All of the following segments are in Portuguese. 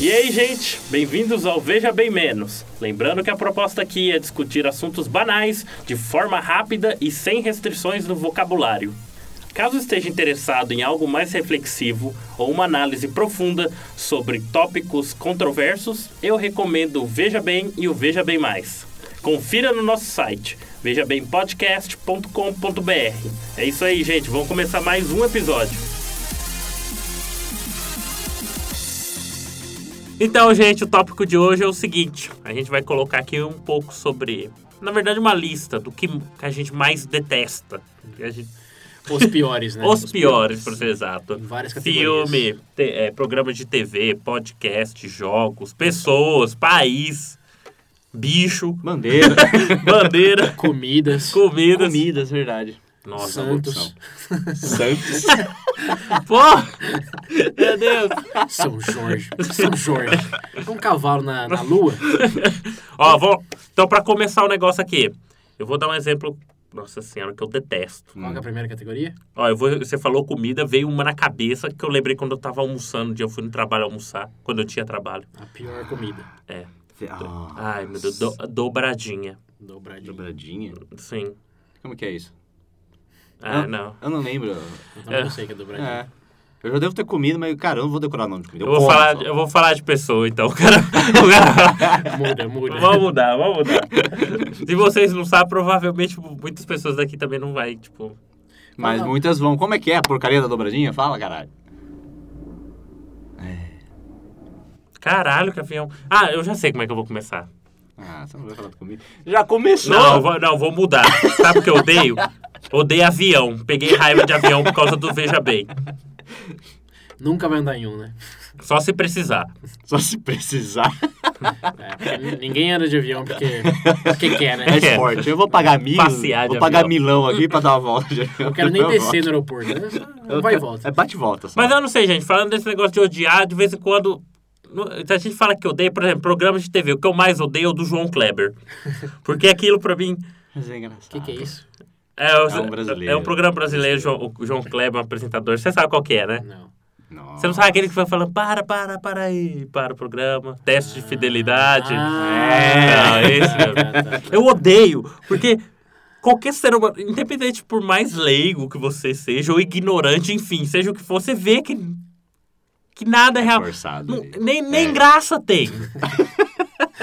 E aí, gente, bem-vindos ao Veja Bem Menos. Lembrando que a proposta aqui é discutir assuntos banais de forma rápida e sem restrições no vocabulário. Caso esteja interessado em algo mais reflexivo ou uma análise profunda sobre tópicos controversos, eu recomendo o Veja Bem e o Veja Bem Mais. Confira no nosso site vejabempodcast.com.br. É isso aí, gente, vamos começar mais um episódio. Então, gente, o tópico de hoje é o seguinte: a gente vai colocar aqui um pouco sobre, na verdade, uma lista do que a gente mais detesta. A gente- Os piores, né? Os piores, para ser exato. Em várias categorias. Filme, te- é, programa de TV, podcast, jogos, pessoas, país, bicho, Bandeira, bandeira, Comidas. comidas. comidas, verdade. Nossa, Santos. Santos. pô! Meu Deus! São Jorge. São Jorge. É um cavalo na, na lua. Hum. Ó, vou... então, para começar o negócio aqui, eu vou dar um exemplo, nossa senhora, que eu detesto. Qual que é a primeira categoria? Ó, eu vou, você falou comida, veio uma na cabeça que eu lembrei quando eu tava almoçando, um dia eu fui no trabalho almoçar, quando eu tinha trabalho. A pior comida. Ah, Ai, meu Deus, do- dobradinha. Dobradinha. Dobradinha? Sim. Como que é isso? Ah, Ah. não. Eu não lembro. Eu também não sei o que é dobradinha. É. Eu já devo ter comido, mas, cara, eu não vou decorar o nome de comida. Eu vou, como falar, só. eu vou falar de pessoa, então. O cara- o cara- Muda, muda. vamos mudar, vamos mudar. Se vocês não sabem, provavelmente tipo, muitas pessoas daqui também não vai, tipo... Mas Fala. muitas vão. Como é que é a porcaria da dobradinha? Fala, caralho. Caralho, que avião. Ah, eu já sei como é que eu vou começar. Ah, você não vai falar de comida? Já começou! Não, eu vou, não, eu vou mudar. Sabe o que eu odeio? Odeio avião. Peguei raiva de avião por causa do Veja Bem. Nunca vai andar em um, né? Só se precisar. Só se precisar. É, porque n- ninguém anda de avião porque, porque quer, né? É esporte. Eu vou pagar mil. Passear de Vou pagar avião. milão aqui pra dar uma volta. de avião. Eu quero nem Eu descer no volto. aeroporto. né? Só Eu Vai e quero- volta. É bate e volta. Só. Mas eu não sei, gente. Falando desse negócio de odiar, de vez em quando. no- A gente fala que odeia, por exemplo, programas de TV. O que eu mais odeio é o do João Kleber. Porque aquilo pra mim. Mas é engraçado. O que, que é isso? É, o- É um brasileiro. é um programa brasileiro, João- o João Kleber, é um apresentador. Você sabe qual que é, né? Não. Nossa. Você não sabe aquele que vai falando, para, para, para aí, para o programa. Teste de fidelidade. Ah, É, esse mesmo. tá, tá, tá. Eu odeio, porque qualquer ser humano, independente por mais leigo que você seja, ou ignorante, enfim, seja o que for, você vê que, que nada é real. Forçado. Não- ali. nem nem É. graça tem.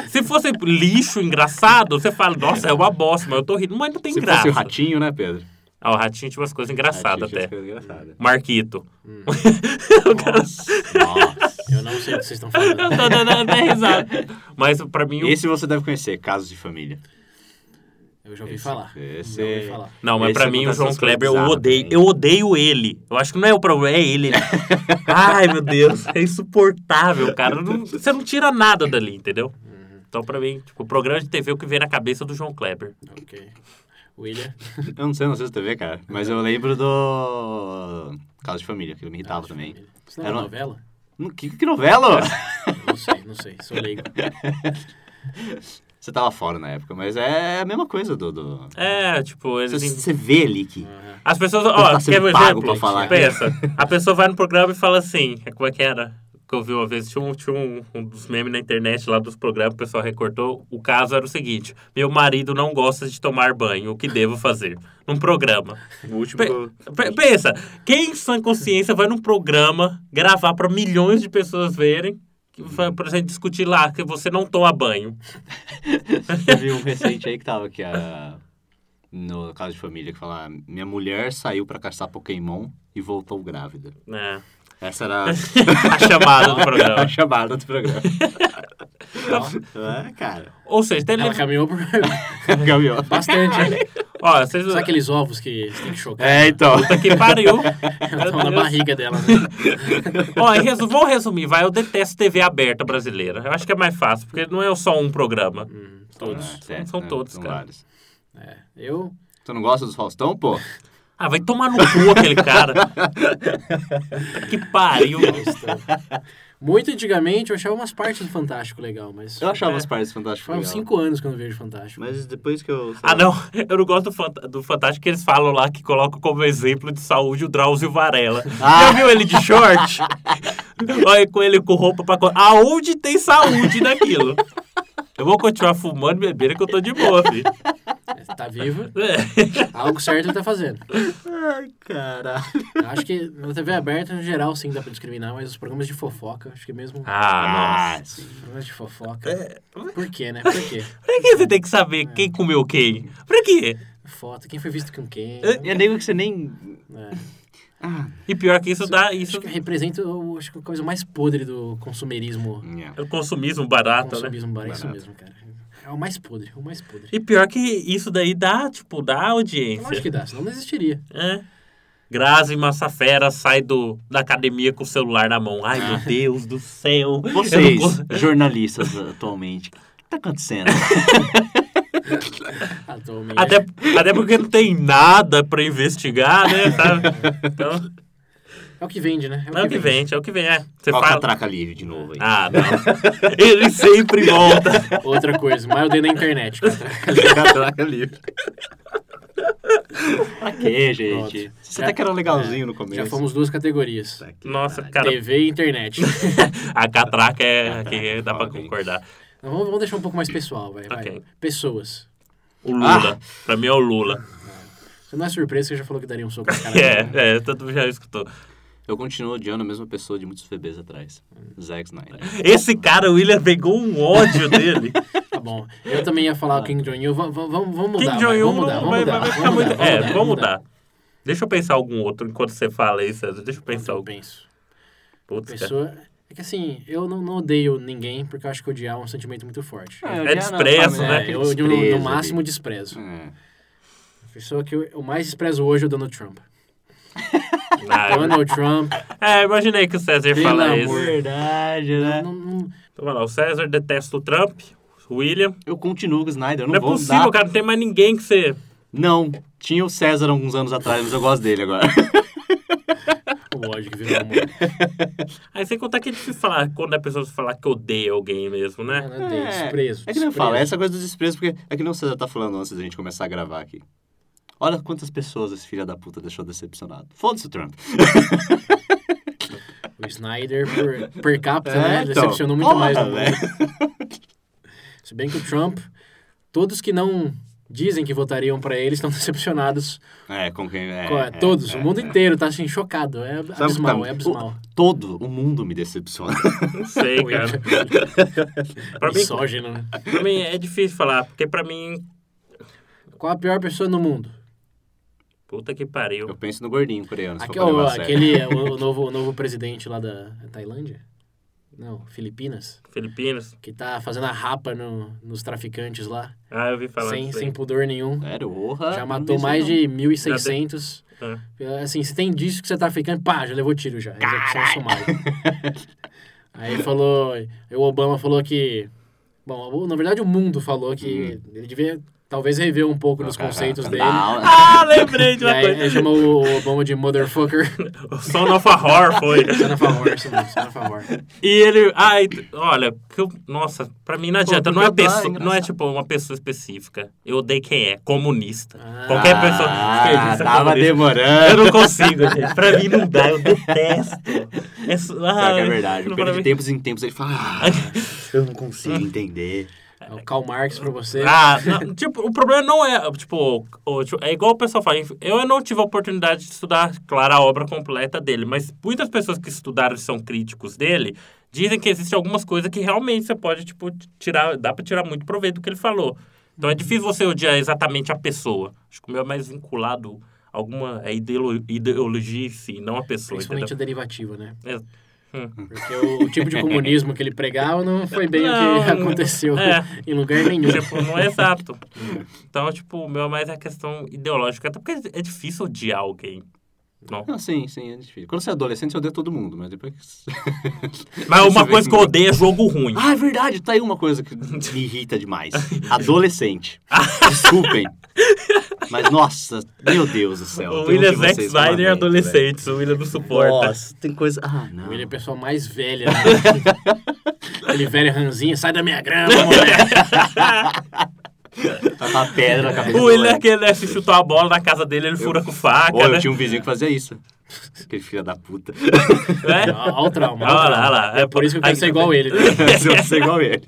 Se fosse lixo engraçado, você fala, nossa, é uma bosta, mas eu tô rindo, mas não tem Se graça. fosse o ratinho, né, Pedro? Ah, o ratinho tinha umas coisas engraçadas Ratinho é tinha até. coisa engraçada. Marquito. Nossa. Eu não sei o que vocês estão falando. Não, não, não, não é risada. Mas pra mim. o- Esse você deve conhecer, Casos de Família. Eu já ouvi Esse- falar. esse- Já ouvi falar. Não, mas esse pra mim o acontece João umas Kleber eu coisas odeio. bizarras né? Eu odeio ele. Eu acho que não é o problema, é ele. Ai, meu Deus, é insuportável, cara. Não- você não tira nada dali, entendeu? Uhum. Então, pra mim, tipo, o programa de TV é o que vem na cabeça do João Kleber. Ok. William. Eu não sei, não assisto TV, cara. Mas eu lembro do. Caso de Família, que eu me irritava também. Isso não é Era uma uma- novela? Hum, Que, que novela? Não sei, não sei. Sou leigo. Você tava fora na época, mas é a mesma coisa do. do- É, tipo, eles. Você, você vê ali que. Aham. As pessoas. Ele Ó, tá quer sendo um pago exemplo? pra falar. Pensa. A pessoa vai no programa e fala assim. é, Como é que era? Que eu vi uma vez, tinha, um, tinha um, um dos memes na internet lá dos programas, o pessoal recortou. O caso era o seguinte: meu marido não gosta de tomar banho, o que devo fazer? Num programa. O último. Pe- pe- pensa, quem em sã consciência vai num programa gravar pra milhões de pessoas verem, que vai, por exemplo, discutir lá que você não toma banho? Teve um recente aí que tava que a. No caso de família, que fala: Minha mulher saiu pra caçar Pokémon e voltou grávida. É, Essa era a chamada do a programa. chamada do programa. é, cara. Ou seja, tem Ela caminhou por Gavião. bastante. hein? Ó, vocês... Sabe aqueles ovos que você tem que chocar? É, então. Puta que pariu. Ela Meu tava na Deus. barriga dela, né? Ó, em resu- vou resumir, vai. Eu detesto TV aberta brasileira. Eu acho que é mais fácil, porque não é só um programa. Hum, Todos. É, certo, são né? todos, São cara. vários. é. Eu Tu não gosta dos Faustão, pô? Ah, vai tomar no cu aquele cara. Puta que pariu. Muito antigamente eu achava umas partes do Fantástico legal, mas. Eu achava É. as partes fantásticas Faz uns legais. 5 anos que eu não vejo Fantástico. Mas depois que eu... sei Ah, lá, não. Eu não gosto do, fant- do Fantástico que eles falam lá que colocam como exemplo de saúde o Drauzio Varela. Ah. Já viu ele de short? Olha com ele com roupa pra. co- Aonde tem saúde naquilo? Eu vou continuar fumando e bebendo que eu tô de boa, filho. Tá vivo, É. algo certo ele tá fazendo. Ai, caralho. Eu acho que na TV aberta, no geral, sim, dá pra discriminar, mas os programas de fofoca, acho que mesmo. Ah, nossa. sim. Programas de É, fofoca. Por quê, né? Por quê? Pra que você tem que saber quem comeu quem? Pra quê? Foto, quem foi visto com quem. E é nego que você nem... né? Ah, E pior que isso dá. Isso Acho É que representa eu acho que a coisa mais podre do consumerismo. é o consumismo barato, né? consumismo barato, isso Barato. mesmo, cara. É o mais podre, o mais podre. É E pior que isso daí dá, tipo, dá Lógico audiência. que dá, senão não existiria. É. Grazi Massafera sai do, da academia com o celular na mão. Ai, meu Deus do céu. Eu não Vocês, gosto- jornalistas eh, atualmente, o que tá acontecendo? Atualmente. Até, até porque não tem nada pra investigar, né? sabe? Então, É o que vende, né? é o que vende, é o que vem. É. Você Qual fala. catraca livre de novo aí? Ah, não. Ele sempre volta. Outra coisa, mas eu dei na internet, cara. catraca livre. pra quê, gente? Pronto. Você até que era legalzinho no É, começo. Já fomos duas categorias. Tá aqui, Nossa, tá. cara. TV e internet. A catraca é que dá pra foda, hein? concordar. Não, vamos, vamos deixar um pouco mais pessoal, vai. vai. Ok. Pessoas. O Ah! Lula. Pra mim é o Lula. Você não é surpresa que você já falou que daria um soco na cara dele, né? É, é, todo mundo já escutou. Eu continuo odiando a mesma pessoa de muitos bebês atrás. É. Zack Snyder. Esse cara, o William, pegou um ódio dele. Tá bom. Eu também ia falar o King Jong-il. Vamos, vamos, vamos mudar. Kim vai, Jong-un vamos mudar, um não vamos vai, mudar. vai- vai ficar vamos muito. mudar, é, vamos mudar. Deixa eu pensar algum outro enquanto você fala aí, César. Deixa eu pensar Eu algum. penso. Putz, cara. Pessoa... É que assim, eu não, não odeio ninguém, porque eu acho que odiar é um sentimento muito forte. Eu- Ah, É odiar desprezo, não, é né? aquele eu odio no- no, desprezo máximo ali. desprezo. É. A pessoa que eu, eu mais desprezo hoje é o Donald Trump. Ah, Donald Trump, é, imaginei que o César ia Pelo falar amor. isso. Verdade, né? não- não- Então, vai lá, o César detesta o Trump, o William. Eu continuo com o Snyder, eu não, Não, é vou possível, mudar. cara, não tem mais ninguém que você. Não, tinha o César alguns anos atrás, mas eu gosto dele agora. o ódio que virou amor. Aí sem contar que é difícil falar quando a pessoa falar que odeia alguém mesmo, né? Ela odeia, desprezo. É que nem desprezo. eu falo, é essa coisa do desprezo, porque é que nem o César tá falando antes da gente começar a gravar aqui. Olha quantas pessoas esse filho da puta deixou decepcionado. Foda-se o Trump. O Snyder, por, per capita, É, né? então. Decepcionou muito Porra, mais. no mundo. velho. Se bem que o Trump, todos que não dizem que votariam pra ele estão decepcionados. É, com quem. É, Com- é, todos, é, o mundo é. inteiro tá assim, chocado. É Sabe o que tá- abismal, é abismal. o- todo o mundo me decepciona. Não sei, cara. Pra mim, Misógino, né? pra mim é difícil falar, porque pra mim. Qual a pior pessoa no mundo? Puta que pariu. Eu penso no gordinho coreano. se for Aque- pra o- levar a sério. aquele, é o, o novo, o novo presidente lá da é Tailândia? Não, Filipinas? Filipinas. Que tá fazendo a rapa no- nos traficantes lá, Ah, eu ouvi falar sem, disso aí. tá sem pudor nenhum. Sério, porra. tá Já não matou vi mais isso, não. de então. 1.600. Ah. É, Assim, se tem indício que você tá ficando, pá, já levou tiro já. Execução sumária. Aí falou. aí O Obama falou que. Bom, o- na verdade o mundo falou que ele devia talvez rever um pouco dos Caraca, tá conceitos dele. não, não. Ah, lembrei de E uma aí coisa. ele chamou o Obama de motherfucker. O Son of a Horror foi. Sendo a favor, isso mesmo, sendo a favor. E ele. Ai, t- olha, que eu- nossa, pra mim não adianta. porque não, é eu dou, é pessoa, não é engraçado. tipo uma pessoa específica. Eu odeio quem é, comunista. Ah. Qualquer pessoa Ah, esquerdista é tava comunista. Eu demorando. não consigo, gente. Pra mim não dá, eu detesto. É, su- Pior que é ai, verdade. não, porque pra de mim- tempos em tempos ele fala. "Ah, eu não consigo entender. É o Karl Marx pra você. Ah, não, tipo, o problema não é, tipo, o- tipo, é igual o pessoal fala, inf- eu não tive a oportunidade de estudar, claro, a obra completa dele, mas muitas pessoas que estudaram e são críticos dele dizem que existem algumas coisas que realmente você pode, tipo, t- tirar, dá pra tirar muito proveito do que ele falou. Então é difícil você odiar exatamente a pessoa. Acho que o meu é mais vinculado a alguma é ideolo- ideologia em si, não a pessoa, Principalmente a entendeu? derivativa, né? É. Porque o, o tipo de comunismo que ele pregava não foi bem o que Não, aconteceu é. em lugar nenhum. Tipo, não é exato. Então, tipo, o meu é mais a questão ideológica. Até porque é difícil odiar alguém. Não. Não, sim, sim, é difícil. Quando você é adolescente, você odeia todo mundo, mas depois. Mas uma vê coisa que eu comigo. odeio é jogo ruim. ah, é verdade, tá aí uma coisa que me irrita demais. Adolescente. Desculpem. Mas, nossa, meu Deus do céu. O tudo William que Zack vocês Snyder é lamentam, velho. adolescente, o William não suporta. Nossa, tem coisa... Ah, não. O William é a pessoa mais velha. né? Aquele velho ranzinho, sai da minha É grama, moleque. Tá com a pedra na cabeça o do William é moleque. aquele né, se chutar a bola na casa dele, ele fura com faca, Pô, eu né? tinha um vizinho que fazia isso. Aquele filho da puta. Né? Olha o trauma. Olha lá, trauma. olha lá. É por isso que eu quero Aí- ser igual ele. né? Se eu fosse igual ele.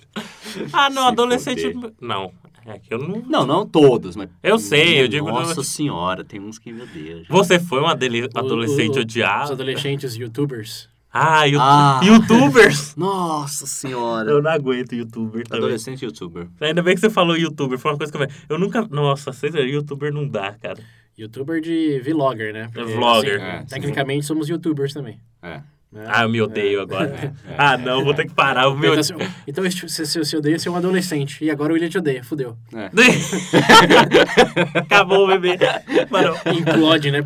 Ah, não, Se adolescente... Não, é que eu não... Não, não todos, mas... Eu sei, eu digo- Nossa senhora, tem uns que, meu Deus. Você foi um adele- O- adolescente o- Os odiado? adolescentes youtubers. Ah, you- Ah. youtubers! Nossa senhora. Eu não aguento youtuber também. Adolescente youtuber. Ainda bem que você falou youtuber, foi uma coisa que eu... Eu nunca... Nossa, vocês youtuber não dá, cara. Youtuber de vlogger, né? Porque, Vlogger. assim, É, sim. tecnicamente somos youtubers também. É. né? Ah, eu me odeio É. agora. é, ah, é. não, vou ter que parar. O meu... Então, se, então se, se, se, se odeia, você é um adolescente. E agora o William te odeia, fudeu. é. Acabou o bebê. Parou. Implode, né?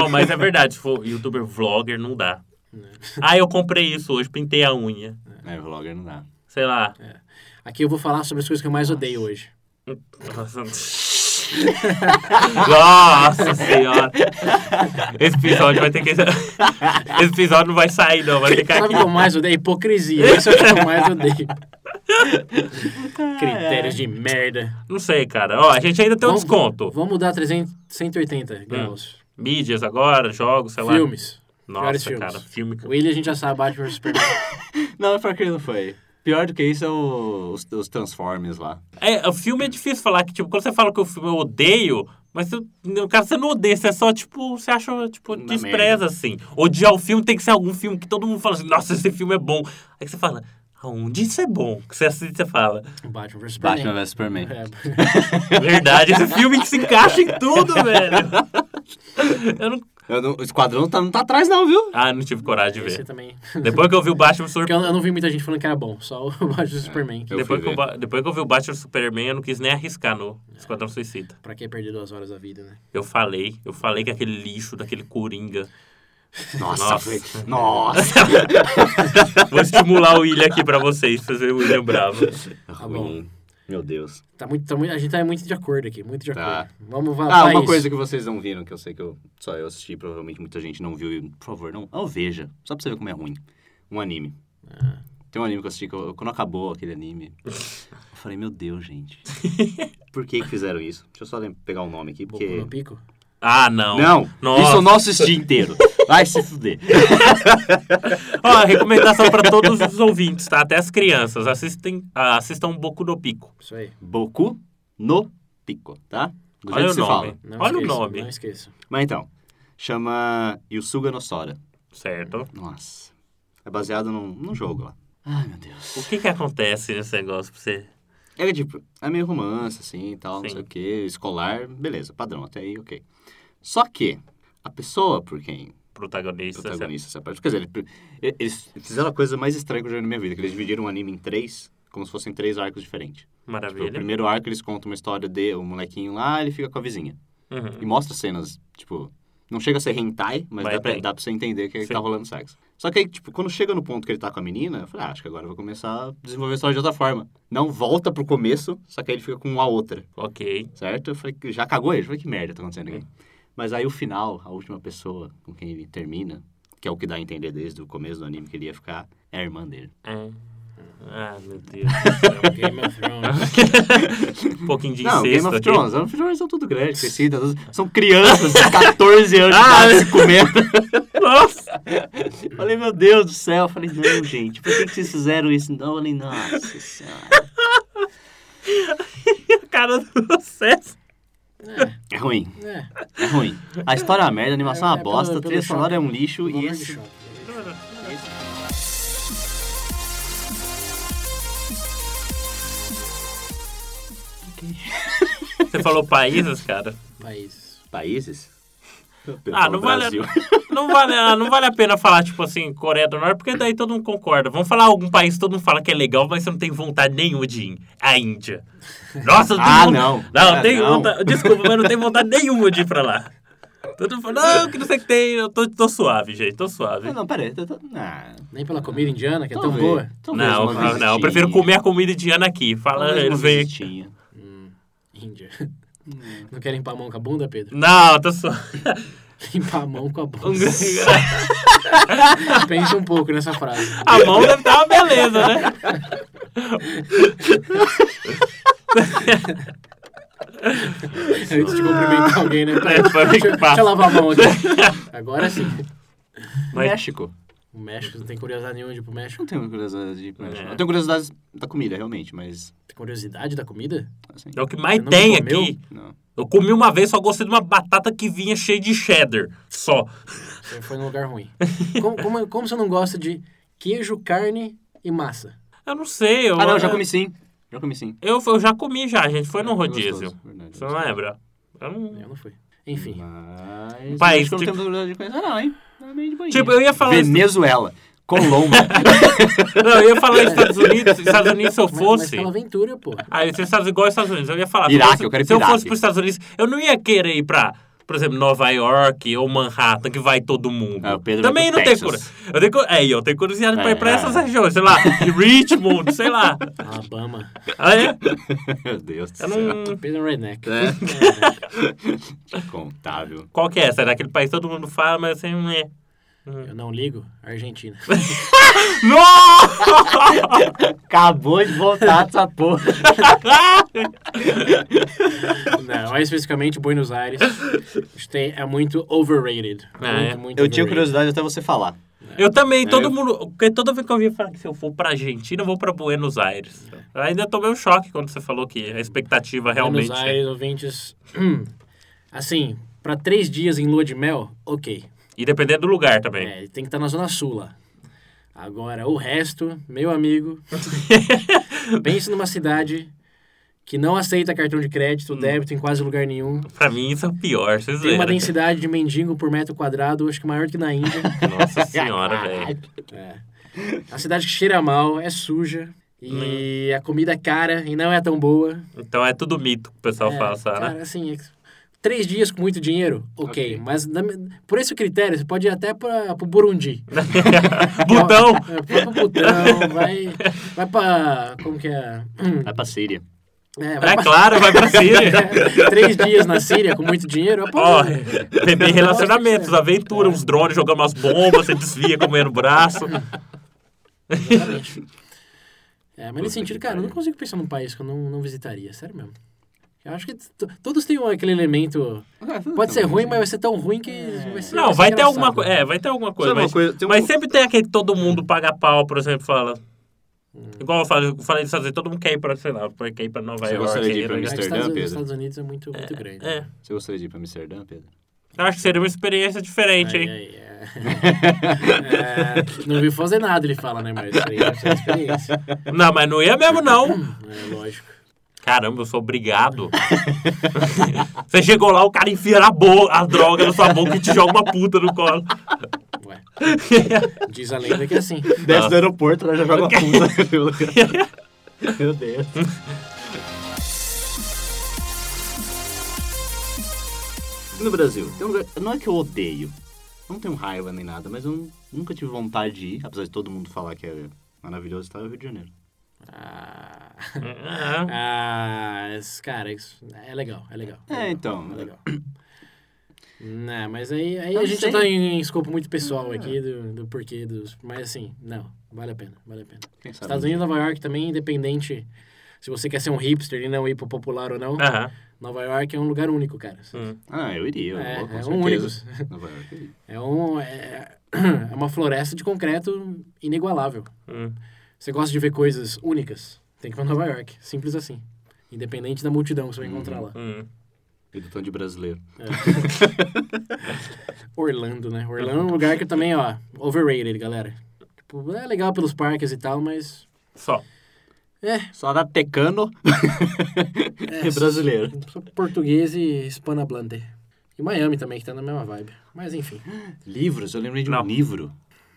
Ó, mas é verdade, se for youtuber vlogger, não dá. É. Ah, eu comprei isso hoje, pintei a unha. É, vlogger não dá. Sei lá. É, Aqui eu vou falar sobre as coisas que eu mais odeio hoje. tá Nossa, Nossa senhora. Esse episódio vai ter que. Esse episódio não vai sair, não. Vai ficar Sabe aqui. o que eu mais odeio? Hipocrisia. Isso é o que eu mais odeio. Critérios de merda. Não sei, cara. Ó, a gente ainda tem um Vamos- desconto. Vamos mudar 300, 180 graus. Mídias agora, jogos, sei lá. Filmes. Piores Nossa, filmes. cara, filme. O William a gente já sabe, Batman vs Superman. Não, pior que não foi. Pior do que isso é o- os, os Transformers lá. É, o filme é difícil falar que, tipo, quando você fala que o filme eu odeio, mas você- no caso você não odeia, você é só, tipo, você acha, tipo, Uma merda. despreza, assim. Odiar o filme tem que ser algum filme que todo mundo fala assim, nossa, esse filme é bom. Aí você fala, aonde isso é bom? Que você assiste, você fala. Batman vs Superman. Batman vs Superman. É. Verdade, esse filme que se encaixa em tudo, velho. Eu não... Eu não- o Esquadrão tá- não tá atrás não, viu? Ah, não tive coragem de Esse ver. também. Depois que eu vi o Batman Sur... Porque eu, eu não vi muita gente falando que era bom, só o Batman vs Superman. Eu Depois que, fui É. eu ba- Depois que eu vi o Batman Superman, eu não quis nem arriscar no Esquadrão Suicida. Pra que perder duas horas da vida, né? Eu falei, eu falei que aquele lixo daquele Coringa Nossa, Nossa. foi... Nossa. Vou estimular o William aqui pra vocês, pra vocês verem o William bravo. Tá Ruim. Meu Deus. Tá muito, tá muito, a gente tá muito de acordo aqui, muito de Tá. acordo. Vamos va- Ah, vai uma isso. coisa que vocês não viram, que eu sei que eu, só eu assisti, provavelmente muita gente não viu, e por favor, não, não veja. Só pra você ver como é ruim. Um anime. Tem um anime que eu assisti, que eu- quando acabou aquele anime, eu falei, meu Deus, gente. Por que que fizeram isso? Deixa eu só lem- pegar o nome aqui, Boku porque... no pico. Ah, não. Não, Nossa. isso é eu não assisti inteiro. Vai se fuder. Ó, recomendação pra todos os ouvintes, tá? Até as crianças. Assistem, ah, assistam um Boku no Pico. Isso aí. Boku no Pico, tá? Do Olha jeito que o se nome. fala. Não Olha o esqueça, nome. Não esqueça. Mas então, chama Yusuga no Sora. Certo. Nossa. É baseado num, num jogo lá. Ai, meu Deus. O que que acontece nesse negócio pra você? É tipo, é meio romance, assim, e tal, não Sim. sei o quê, escolar, beleza, padrão, até aí, ok. Só que a pessoa por quem o Protagonista. protagonista se apaixona... Quer dizer, ele- ele- eles fizeram a coisa mais estranha que eu já vi na minha vida, que eles dividiram o anime em três, como se fossem três arcos diferentes. certo? Tipo, o Maravilha. primeiro arco eles contam uma história de um molequinho lá, ele fica com a vizinha. E Uhum. mostra cenas, tipo... Não chega a ser hentai, mas Mas dá pra, tem. dá pra você entender que Sim. tá rolando sexo. Só que aí, tipo, quando chega no ponto que ele tá com a menina, eu falei, ah, acho que agora eu vou começar a desenvolver a história de outra forma. Não volta pro começo, só que aí ele fica com a outra, Ok. certo? Eu falei, que já cagou ele, eu falei, que merda tá acontecendo aqui. Mas aí o final, a última pessoa com quem ele termina, que é o que dá a entender desde o começo do anime que ele ia ficar, é a irmã dele. Ah, ah, meu Deus do céu. Game of Thrones. um pouquinho de Não, Game incesto of aqui. Thrones. Game of Thrones são tudo grande, crescida. todas- São crianças de 14 anos Ah, de idade se comendo. Nossa! Falei, meu Deus do céu. Falei, não, gente, por que, que vocês fizeram isso? Não, eu falei, nossa senhora. A cara do processo. É ruim, É, é ruim. A história é uma merda, a animação é É, uma é bosta, pelo- a trilha pelo sonora é um choque. lixo vamos e ver de esse... shopping. Você falou países, cara? País. Países? Ah, Então, não vale, a- não, vale, a- não vale a pena falar, tipo assim, Coreia do Norte, porque daí todo mundo concorda. Vamos falar algum país que todo mundo fala que é legal, mas você não tem vontade nenhuma de ir. A Índia. Nossa, eu tenho Ah, von- não. Não, Ah, tem não. vontade. Desculpa, mas eu não tenho vontade nenhuma de ir pra lá. Todo mundo fala, não, que não sei o que tem. Eu tô, tô suave, gente, tô suave. Ah, Não, não, peraí. Tô, tô... Não, Nem pela comida indiana, que é tão talvez, boa. talvez Não, uma não, não, eu visitinha. prefiro comer a comida indiana aqui. Fala, Talvez uma eles veem. visitinha. Índia. Não quer limpar a mão com a bunda, Pedro? Não, tô só. Limpar a mão com a bunda. a Pensa um pouco nessa frase. mão deve estar uma beleza, né? É Antes de cumprimentar alguém, né? É, pra ver que deixa, eu- passa. deixa eu lavar a mão aqui. Agora sim. Mas- México. O México, não tem curiosidade nenhuma de ir pro México. Não tenho curiosidade de México. É. Eu tenho curiosidade da comida, realmente, mas. Tem curiosidade da comida? Assim, É o que mais Você não tem comeu? aqui. não. Eu comi uma vez, só gostei de uma batata que vinha cheia de cheddar. Só. Você foi num lugar ruim. Como, como, como você não gosta de queijo, carne e massa? Eu não sei. Eu, Ah, não, já comi sim. Já comi sim. Eu, eu já comi já, gente. Foi no É, rodízio. gostoso, verdade, Você não gostoso. lembra? Eu não- Eu não fui. Enfim. Mas. Pai, acho que eu não tipo- tenho curiosidade de conhecer, não, hein? É meio de boinha. Tipo, eu ia falar... Venezuela. Colômbia. Não, eu ia falar Estados Unidos. Se Estados Unidos se eu Mas, mas fosse... pela aventura, pô. Aí, se os Estados igual os Estados Unidos, eu ia falar. se Iraque, fosse- eu quero ir Se eu pro fosse Iraque. para os Estados Unidos, eu não ia querer ir pra, por exemplo, Nova York ou Manhattan, que vai todo mundo. Ah, o Pedro Também vai pro não tem Texas. curiosidade. Eu tenho, cu- é, eu tenho curiosidade pra ir pra É. essas regiões, sei lá, Richmond, sei lá. Alabama. Ah, é? Meu Deus do Eu céu. É. não... Pedro Redneck. É. Contável. Qual que é essa? É Daquele país todo mundo fala, mas assim, né? Eu não ligo. Argentina. Nossa! Acabou de voltar dessa porra. Não, mais especificamente Buenos Aires. Isso tem- é muito overrated. Ah, muito, é? muito Eu tinha overrated. curiosidade até você falar. Eu também, É. todo eu- mundo. Porque toda vez que eu ouvia falar que se eu for pra Argentina, eu vou pra Buenos Aires. Eu ainda tomei um choque quando você falou que a expectativa realmente. Buenos é- Aires, ouvintes. hum, Assim, pra três dias em lua de mel, ok. E dependendo do lugar também. É, tem que estar na Zona Sul lá. Agora, o resto, meu amigo, pense numa cidade que não aceita cartão de crédito, Hum. débito em quase lugar nenhum. Pra mim isso é o pior, vocês Tem uma lembram? densidade de mendigo por metro quadrado, acho que maior que na Índia. Nossa senhora, velho. É. A cidade que cheira mal, é suja, e a comida é cara e não é tão boa. Então é tudo mito que o pessoal É, fala, sabe? Cara, assim, é que- três dias com muito dinheiro, ok. Ok. Mas na- por esse critério, você pode ir até para o Burundi. Botão! É, vai pro Butão, vai, vai pra... como que é? Vai pra Síria. É, vai É pra- claro, vai pra Síria. É. Três dias na Síria com muito dinheiro, é Ó, pra- bebê relacionamentos, aventura, uns drones jogando umas bombas, você desvia comendo o braço. Exatamente. É, mas nesse Puta sentido, que cara, eu não pariu. consigo pensar num país que eu não, não visitaria, sério mesmo. Eu acho que t- todos têm aquele elemento. É. Pode ser ruim, mas vai ser tão ruim que vai ser. Não, vai ser vai ter engraçado. alguma coisa. É, vai ter alguma coisa. Sabe uma Mas, coisa? Tem um- mas sempre tem aquele todo mundo paga pau, por exemplo, fala. Hum. Igual eu falei, eu falei dos Estados Unidos, todo mundo quer ir pra, sei lá, quer ir pra Nova Você York. gostaria de ir pra né? Mas Amsterdã, É, Estados, Pedro? os Estados Unidos é muito, muito grande. É. Você gostaria de ir pra Amsterdã, Pedro? Eu acho que seria uma experiência diferente, Ai, hein? ai, ai. É, não vi fazer nada, ele fala, né? Mas isso aí deve ser uma experiência. Não, mas não ia mesmo, não. É lógico. Caramba, eu sou obrigado. Você chegou lá, o cara enfia na boca, a droga na sua boca e te joga uma puta no colo. Ué. Diz a lenda que é assim. Desce do aeroporto, ela já joga okay. puta. Meu Deus. No Brasil, tem um lugar- não é que eu odeio, eu não tenho raiva nem nada, mas eu nu- nunca tive vontade de ir, apesar de todo mundo falar que é maravilhoso, tá? É o Rio de Janeiro. Ah, Ah, ah, esse cara, isso é legal, é legal. É, então. É legal. Não, mas aí, aí Eu a gente sei. Hum. tá em, em escopo muito pessoal aqui do, do porquê dos. Mas assim, não, vale a pena, vale a pena. Quem sabe? Estados um dia. Unidos e Nova York também, independente se você quer ser um hipster e não ir pro popular ou não, Aham. Nova York é um lugar único, cara. Hum. Ah, eu iria. Eu É, vou, com é certeza. um Nova York, eu iria. É, um, é, é uma floresta de concreto inigualável. Hum. Você gosta de ver coisas únicas? Tem que ir pra Nova York. Simples assim. Independente da multidão que você vai encontrar Uhum. lá. Hum. E do tom de brasileiro. Orlando, né? Orlando é um lugar que também, ó, overrated, galera. Tipo, é legal pelos parques e tal, mas. Só. É, Só da tecano e brasileiro. sou português e hispanohablante. E Miami também, que tá na mesma vibe. Mas enfim. Livros, eu lembrei de Não. um livro.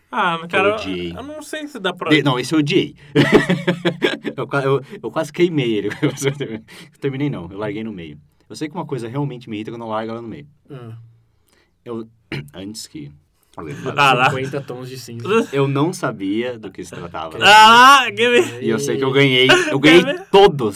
Ah, mas cara, Eu odiei. eu, eu não sei se dá pra. De- não, esse eu odiei. eu, qua- eu- eu quase queimei ele. Eu terminei não, eu larguei no meio. Ah Eu sei que uma coisa realmente me irrita quando eu largo ela no meio. Ah, Eu, antes que Elevado. Ah, lá. 50 tons de cinza. Eu não sabia do que se tratava. Ah, que bem. E eu sei que eu ganhei. Eu ganhei todos os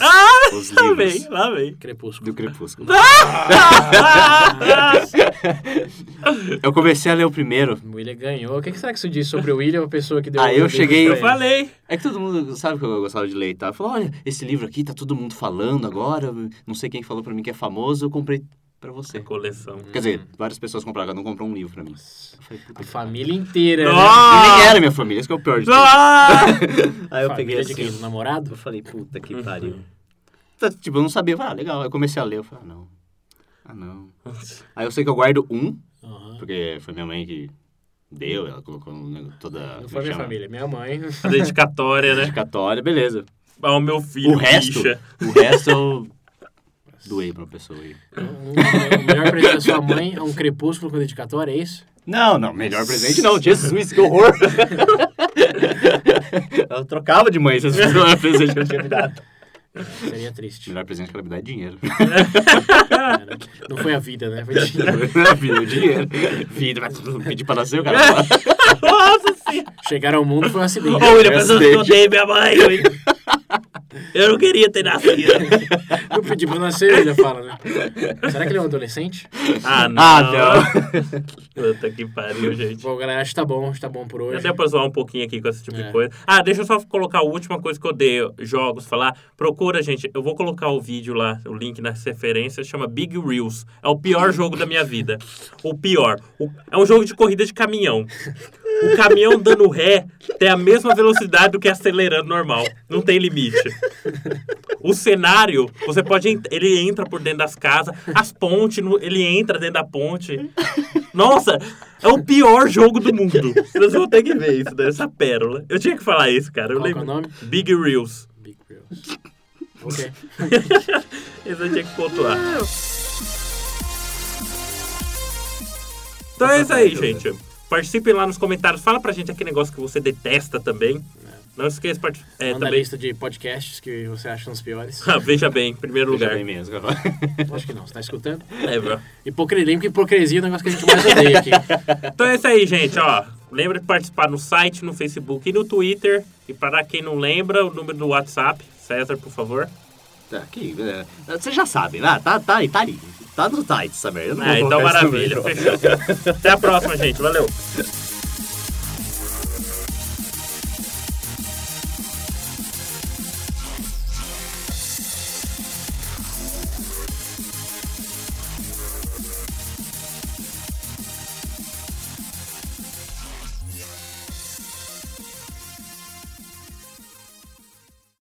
Lá livros vem, lá vem. Crepúsculo. do Crepúsculo. Ah. Eu comecei a ler o primeiro. O William ganhou. O que que será que isso diz sobre o William, a pessoa que deu Ah, o eu livro cheguei- pra Eu ele? falei. É que todo mundo sabe que eu gostava de ler e tal. Falou, olha, esse livro aqui tá todo mundo falando agora. Não sei quem falou pra mim que é famoso. Eu comprei pra você. Hum. Coleção. Quer dizer, várias pessoas compraram. Ela não comprou um livro pra mim. Eu falei, puta A que família É, inteira. né? E nem Nossa! era minha família, isso que é o pior de tudo. Nossa! Aí eu Família peguei de quem? Uhum. Do assim. namorado? Eu falei, puta que pariu. Tá, Tipo, eu não sabia. Eu falei, ah, legal. Aí eu comecei a ler. Eu falei, ah, não. Ah, não. Aí eu sei que eu guardo um, Aham. porque foi minha mãe que deu, ela colocou no negócio- toda. Não como é foi minha chama? família, minha mãe. Dedicatória, né? Dedicatória, beleza. Ao meu filho, o resto, bicha. o resto eu doei pra uma pessoa aí. Então, um, O melhor presente da sua mãe é um crepúsculo com dedicatória, é isso? Não, não, melhor presente não. Jesus, que horror. Ela trocava de mãe, essas pessoas o presente que eu tinha me dado. Seria triste. Melhor presente que ela me dá é dinheiro. Cara, Não foi a vida, né? Foi dinheiro. Filho, dinheiro. Filho, vai pedir pra nascer o cara. Nossa senhora! Chegar ao mundo foi um acidente. Ô, William, mas eu Acidente. odeio minha mãe. Eu não queria ter nascido. Eu pedi pra nascer, ele fala, né? Será que ele é um adolescente? Ah, não. Ah, não. Puta que pariu, gente. Bom, galera, acho que tá bom, acho que tá bom por hoje. Até pra zoar um pouquinho aqui com esse tipo de É. coisa. Ah, deixa eu só colocar a última coisa que eu odeio. Jogos, falar. Procura, gente. Eu vou colocar o vídeo lá, o link nas referências. Chama Big Reels. É o pior jogo da minha vida. O pior. O- é um jogo de corrida de caminhão. O caminhão dando ré tem a mesma velocidade do que acelerando normal. Não tem limite. O cenário, você pode. en- Ele entra por dentro das casas, as pontes, no- ele entra dentro da ponte. Nossa, é o pior jogo do mundo. Vocês vão ter que ver isso, né? essa pérola. Eu tinha que falar isso, cara. Eu Qual que é lembro. o nome? Big Reels. Big Reels. Ok. Esse eu tinha que pontuar. Então é isso aí, gente. Participem lá nos comentários. Fala pra gente aquele negócio que você detesta também. É. Não esqueça de parti- é, Manda a também. lista de podcasts que você acha os piores. Ah, Veja bem, em primeiro Lugar lugar. bem mesmo. Acho que não, você tá escutando? É, bro. Hipocrisia, lembra que hipocrisia é o negócio que a gente mais odeia aqui. Então é isso aí, gente, ó. Lembra de participar no site, no Facebook e no Twitter. E para quem não lembra, o número do WhatsApp, César, por favor. Tá, aqui, é, vocês já sabem, né? Tá, tá, aí, tá ali. Tá no site essa merda. eu não vou Ah, então colocar isso no meio. maravilha, fechou. Até a próxima, gente. Valeu.